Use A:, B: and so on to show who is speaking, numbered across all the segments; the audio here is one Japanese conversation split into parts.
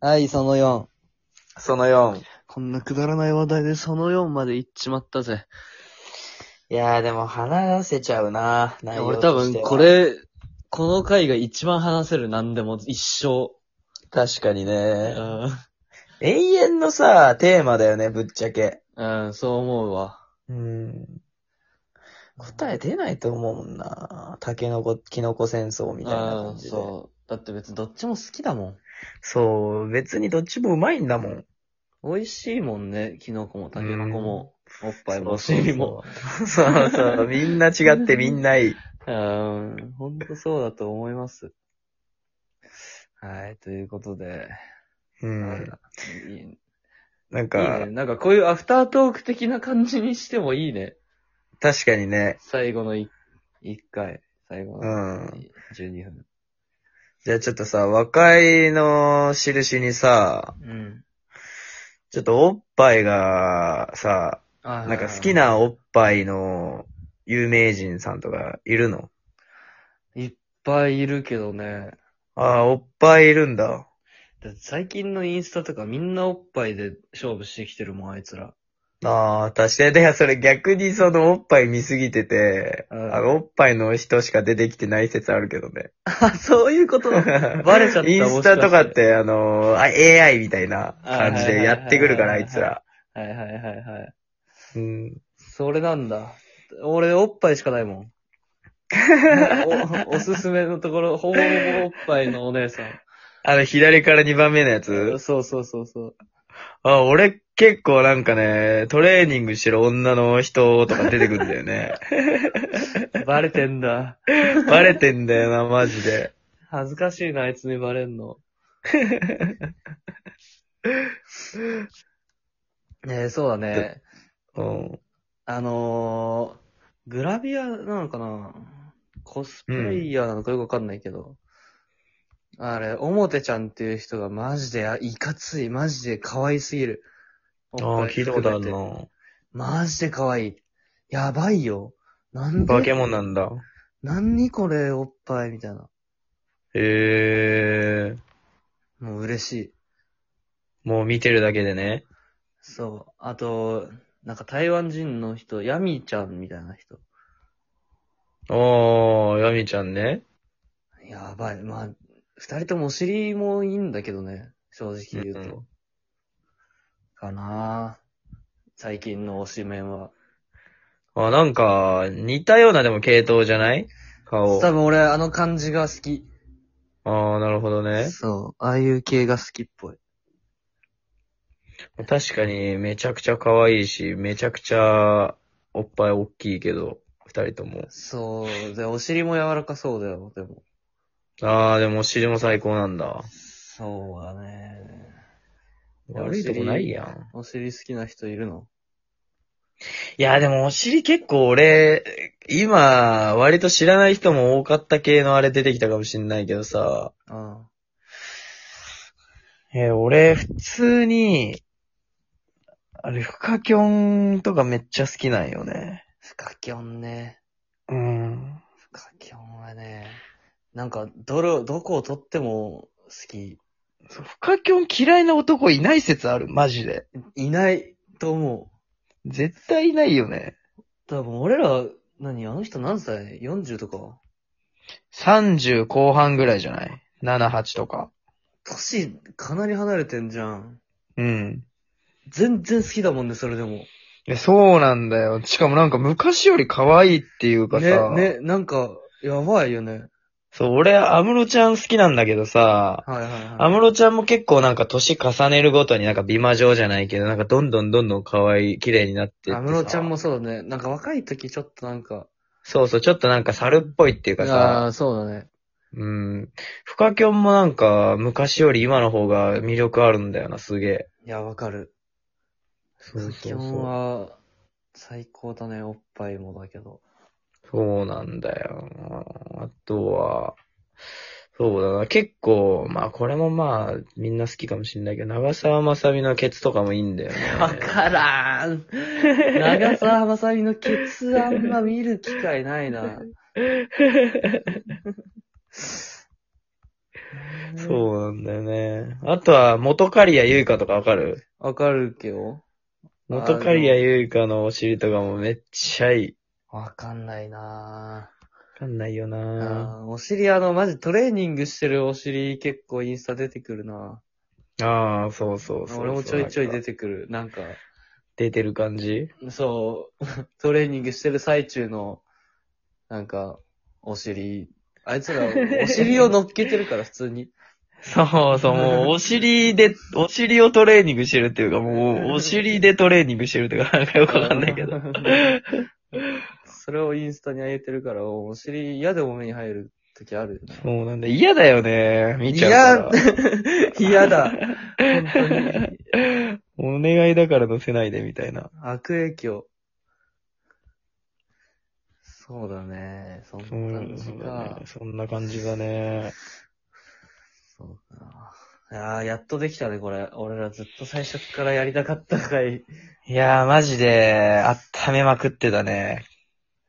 A: はい、その4。
B: その4。
A: こんなくだらない話題でその4まで行っちまったぜ。
B: いやーでも話せちゃうな内容
A: 俺
B: と
A: 多
B: して
A: 分
B: は
A: こ。れ、この回が一番話せる何でも一生。
B: 確かに
A: う
B: ね。
A: ん
B: 永遠のさ、テーマだよね、ぶっちゃけ。
A: うん、そう思うわ。
B: うん。答え出ないと思うもんな。タケノコ、キノコ戦争みたいな
A: う
B: 感
A: ん、
B: じで。
A: そう。だって別にどっちも好きだも
B: そう、別にどっちもうまいんだもん。
A: ん。美味しいもんね、キノコもタケノコも、おっぱいもお
B: そうそう
A: 尻も。
B: そう そう、みんな違ってみんないい。
A: うん、ほんとそうだと思います。はい、ということで。
B: う。
A: うんいいいいね。
B: なんか、
A: なんかこういうアフタートーク的な感じにしてもいいね。
B: 確かにね。
A: 最後のい一回、最後
B: う
A: の
B: ん。
A: 12分。
B: じゃあちょっとさ、和解の印にさ、
A: うん。
B: ちょっとおっぱいがさ、
A: あー
B: なんか好き。なおっぱいの有名人さんとかいるの
A: いっぱいいるけどね。
B: ああ、おっぱいいるんだ。
A: だって最近のインスタとかみんなおっぱいで勝負してきてるもん、あいつら。
B: ああ、確かに。だからそれ逆にそのおっぱい見すぎてて、
A: うん
B: あのおっぱいの人しか出てきてない説あるけどね。
A: あ、そういう ことバレちゃった
B: インスタとかって、あのー、あ AI みたいな感じでやってくるから、
A: は
B: あ
A: いはいはいはい
B: いつら。
A: はいはいはいはい。
B: うん。
A: それなんだ。俺、おっぱいしかないもん。おおすすめのところ、ほぼほぼおっぱいのお姉さん。
B: あの、左から2番目のやつ
A: そうそうそうそう。
B: あ、俺結構なんかね、トレーニングしてる女の人とか出てくるんだよ ね。
A: バレてんだ。
B: バレてんだよな、マジで。
A: 恥ずかしいな、あいつにバレんの。 えー、そうだね。
B: うん。
A: あのー、グラビアなのかなコスプレイヤーなのかよくわかんないけど。あれ、おもてちゃんっていう人がマジであいかつい、マジで可愛すぎる。
B: ああ、聞いたことある
A: の
B: な。
A: マジで可愛い。やばいよ。なんで、
B: 化け物なんだ。
A: 何これ、おっぱいみたいな。
B: へえ。
A: もう嬉しい。
B: もう見てるだけでね。
A: そう。あと、なんか台湾人の人、ヤミーちゃんみたいな人。
B: おー、ヤミちゃんね。
A: やばい。まあ、二人ともお尻もいいんだけどね。正直言うと。
B: うんうん
A: かなぁ最近の推しメンは。
B: あ、なんか、似たようなでも系統じゃない顔。
A: 多
B: あ
A: 分俺、あの感じが好き。
B: あ、なるほどね。
A: そう。ああいう系が好きっぽい。
B: 確かに、めちゃくちゃ可愛いし、めちゃくちゃ、おっぱい大きいけど、二人とも。
A: そう。で、お尻も柔らかそうだよ、でも。
B: ああ、でもお尻も最高なんだ。
A: そうだね。
B: 悪いとこないやん。
A: お尻好きな人いるの
B: いや、でもお尻結構俺、今、割と知らない人も多かった系のあれ出てきたかもしんないけどさ、
A: ああ。
B: えー俺、普通に、あれ、フカキョンとかめっちゃ好きなんよね。
A: フカキョンね。
B: うん。
A: フカキョンはね、なんか、どれを、どこを取っても好き。
B: そうフカキョン嫌いな男いない説ある、マジで。
A: いないと思う。
B: 絶対いないよね。
A: 多分俺ら、何あの人何歳 ?40 とか
B: 30後半ぐらいじゃない ?7、8とか。
A: 歳かなり離れてんじゃん。
B: うん。
A: 全然好きだもんね、それでも。
B: いやそうなんだよ。しかもなんか昔より可愛いっていうかさ、
A: ね、ね、なんか、やばいよね。
B: そう、俺、アムロちゃん好きなんだけどさ、
A: はいはい
B: ア
A: はい。
B: ムロちゃんも結構なんか年重ねるごとになんか美魔女じゃないけど、なんかどんどんどんどん可愛い、綺麗になってってさ
A: 安室ちゃん。もそうだね。なんか若い時ちょっとなんか。
B: そうそう、ちょっとなんか猿っぽいっていうか
A: あ
B: さ、
A: あ、そうだね。
B: うん。フカキョンもなんか昔より今の方が魅力あるんだよな、すげえ。
A: いや、わかる。
B: そうそう
A: フカ
B: そ
A: キョン
B: う。
A: は、最高だね、おっぱいもだけど。
B: そうなんだよな。あとは、そうだな。結構、まあこれもまあみんな好きかもしんないけど、長澤まさみのケツとかもいいんだよね。
A: わから ん。長澤まさみのケツあんま見る機会ないな。ね。う。
B: そうなんだよね。あとは、元刈谷優香とかわかる
A: わかるけど。
B: 元刈谷優香のお尻とかもめっちゃいい。
A: わかんないな
B: わかんないよ
A: ぁ。
B: な
A: あーお尻、あの、マジトレーニングしてるお尻結構インスタ出てくるな
B: ああ、そうそうそう。
A: 俺もちょいちょい出
B: て
A: てくる。なんか、
B: 出てる感じ
A: そう、 トレーニングしてる最中の、なんか、お尻、あいつらお尻を乗っけてるから普通に。
B: そう そう、もうお尻で、お尻をトレーニングしてるっていうか、もうお尻でトレーニングしてるっていう か、なんかよくわかんないけど。
A: それをインスタに上げてるから、お尻嫌でも目に入る時あるよね。
B: そうなんだ。嫌だよね。見ちゃうから。
A: 嫌だ。本当に。
B: お願いだから乗せないでみたいな。
A: 悪影響。そうだね。そんな感じか。
B: そんな感じだね。
A: そうか。いやーやっとできたね、これ。俺らずっと最初からやりたかった回。
B: いやー、マジで、温めまくってたね。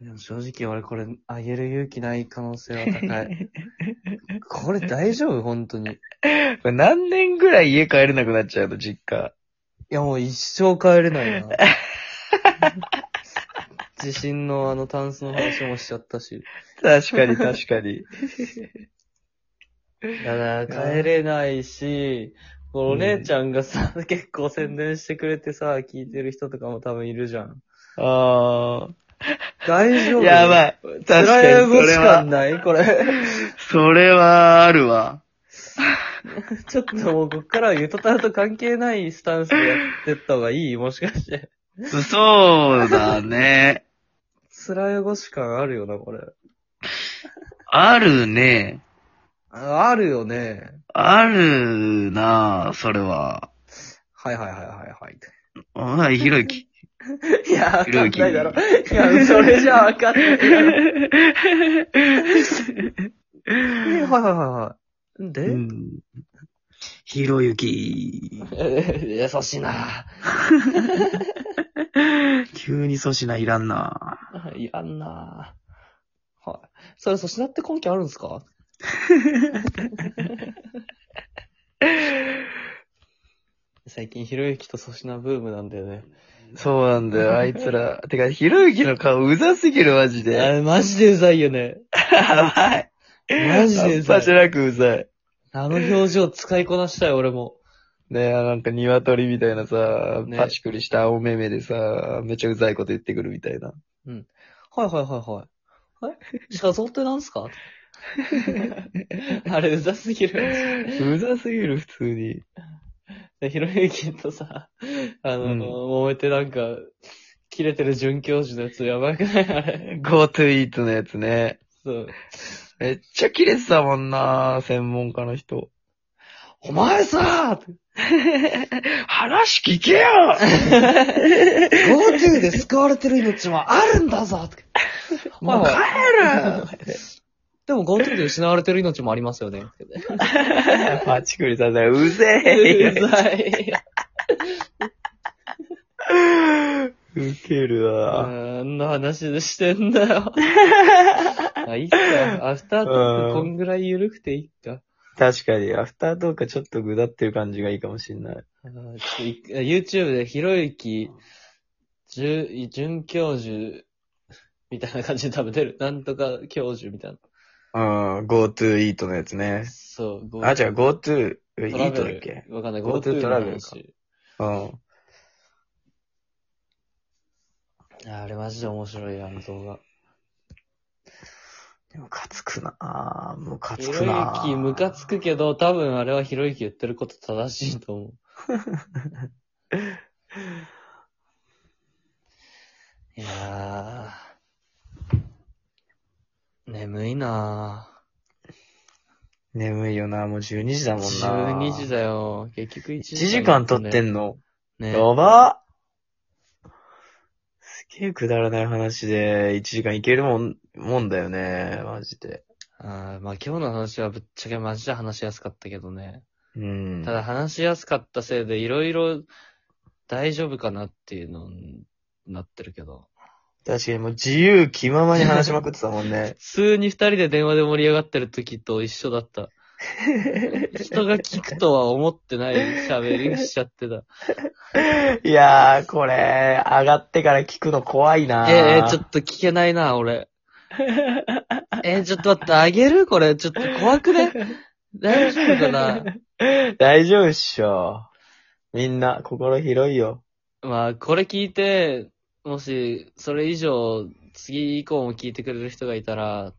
A: でも正直俺これ、あげる勇気ない可能性は 高い。これ大丈夫本当に。い
B: これ何年ぐらい家帰れなくなっちゃうの、実家。
A: やもう一生帰れないな。 地震のあのタンスの話もしちゃったし。
B: 確かに、確かに。
A: だから帰れないし、こうお姉ちゃんがさ、結構宣伝してくれてさ、聞いてる人とかも多分いるじゃん。
B: あ
A: 大
B: ー。
A: 丈夫
B: やば
A: い。
B: い。確かに、それ
A: 感
B: は、
A: ないこれ。
B: それはあるわ。
A: ちょっともうこっからはゆとたらと関係ないスタンスでやってった方がいいもしかして。
B: そうだね。
A: 辛いごし感あるよな、これ。
B: あるね。
A: ああるよね。
B: あるなそれは。
A: はいはいはいはい
B: おな、ひろゆき。
A: はい。いや、わ
B: ひ
A: か
B: ろ
A: ん
B: ゆき
A: ないだろ。いや、それじゃわかんないだろ。はいはいはいはい。で、
B: うんひろゆき。
A: え優しいな。
B: 急に粗品いらんな。
A: いらんな。はい。それ、粗品って根拠あるんです か最近、ひろゆきと粗品ブームなんだよね。
B: そうなんだ よ、あいつら。てか、ひろゆきの顔うざすぎる、マジ
A: あ
B: で。
A: れ、マジでうざいよね。
B: やばい。
A: マジでうざ
B: さし
A: い。
B: なくうざい。
A: あの表情使いこなしたい、俺も。
B: ねえ、なんか鶏みたいなさ、
A: ね
B: パチクリした青めめでさ、めちゃうざいこと言ってくるみたい な。
A: はいはいはいはい。え画像ってなんすかあれ、うざすぎる。
B: うざすぎる、普通に。
A: でひろゆきとさ、あの、
B: うん
A: 揉めてなんか、切れてる准教授のやつやばくないあれ。
B: GoToEat のやつね。
A: そう。
B: めっちゃキレてたもんな、専門家の人。
A: お前さ
B: 話聞けよ
A: !GoTo で救われてる命はあるんだぞとか
B: もう帰る
A: でも GoTo で失われてる命もありますよね。
B: パチクリさんだよ、うぜえ
A: うざい。
B: ウケるわ。
A: あんな話してんだよ。あ、いいっすか。アフタートークこんぐらい緩くていいか。
B: 確かに、アフタートークはちょっとぐだってる感じがいいかもしんない。
A: あーちょっとい YouTube でひろゆき、じゅ、准教授、みたいな感じで多分出る。なんとか教授みたいな。
B: うん、GoToEat のやつね。
A: そう、
B: あ、違う、
A: ゴ
B: GoToEat
A: ー
B: だっけ
A: わかんない。
B: GoTo
A: GoTo
B: ト
A: ト
B: ラ
A: ラ
B: ベ
A: ベ
B: ル
A: ル
B: か
A: か。
B: うん。
A: ああれマジで面白い、あの動画。
B: でも、かつくなぁ。ムカつ
A: ひ
B: く
A: ろ
B: なぁ。
A: ゆき、ムカつくけど、多分あれはひろゆき言ってること正しいと思う。 いやー。眠いなぁ。
B: 眠いよなもう12時だもんな
A: 12時だよ。結局1
B: 1
A: 時
B: 時間撮って
A: ん
B: んの。
A: ね。
B: やばっすげえくだらない話で、1時間いけるもん、もんだよね。マジで。
A: あーまあ今日の話はぶっちゃけマジで話しやすかったけどね。
B: うん。
A: ただ話しやすかったせいでいろいろ大丈夫かなっていうのになってるけど。
B: 確かにもう自由気ままに話しまくってたもん
A: 普
B: ね。
A: 通に二人で電話で盛り上がってる時と一緒だった。人が聞くとは思ってない喋りしちゃっ てた。
B: いやー、これ、上がってから聞くの怖いな
A: えー、ちょっと聞けない な、俺。えー、ちょっと待って、あげるこれ、ちょっと怖くね大丈夫かな
B: 大丈夫っしょ。みんな、心広いよ。
A: まあ、これ聞いて、もし、それ以上、次以降も聞いてくれる人がいたら、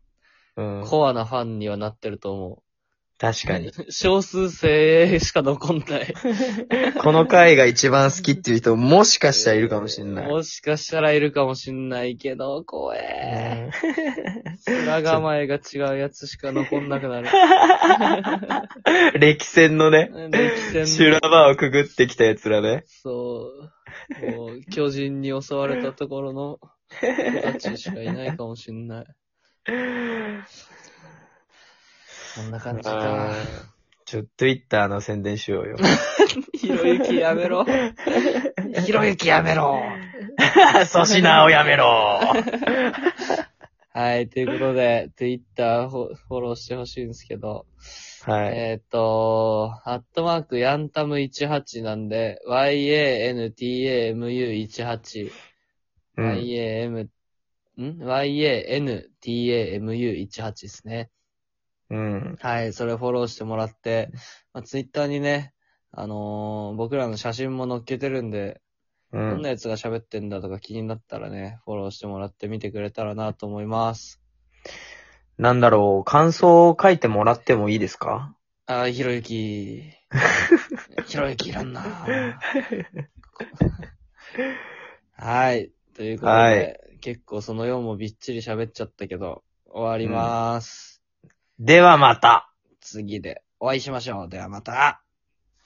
B: うん。
A: コアなファンにはなってると思
B: 確かに。
A: う。 少数精鋭しか残んない。
B: この回が一番好きっていう人、もしかしたらいるかもしんない。
A: もしかしたらいるかもしんないけど、怖え。
B: うん
A: 面構えが違うやつしか残んなくな る。
B: 歴戦のね、
A: 歴戦
B: 修羅場をくぐってきた奴らね。
A: そう。もう、巨人に襲われたところの子たちしかいないかもしんない。こんな感じかな。
B: ちょっと Twitter の宣伝しようよ。
A: ひろゆきやめろ。 ひろゆきやめろ。
B: 粗品をやめ ろ
A: はい、ということで、Twitter フォフォローしてほしいんですけど、
B: はい。
A: えっ、と、アットマークヤンタム18なんで、yantamu18、
B: うん、
A: yam、ん yantamu18 ですね。
B: うん。
A: はい、それフォローしてもらって、まあ、ツイッターにね、あのー僕らの写真も載っけてるんで、
B: う
A: どん
B: ん。
A: なやつが喋ってんだとか気になったらね、フォローしてもらって見てくれたらなと思います。
B: なんだろう、感想を書いてもらってもいいですか
A: あー、ひろ ゆき。ひろゆきいらんな。はい。ということで、
B: はい
A: 結構その4もびっちり喋っちゃったけど、終わりまーす。
B: ではまた
A: 次でお会いしましょう。ではまた。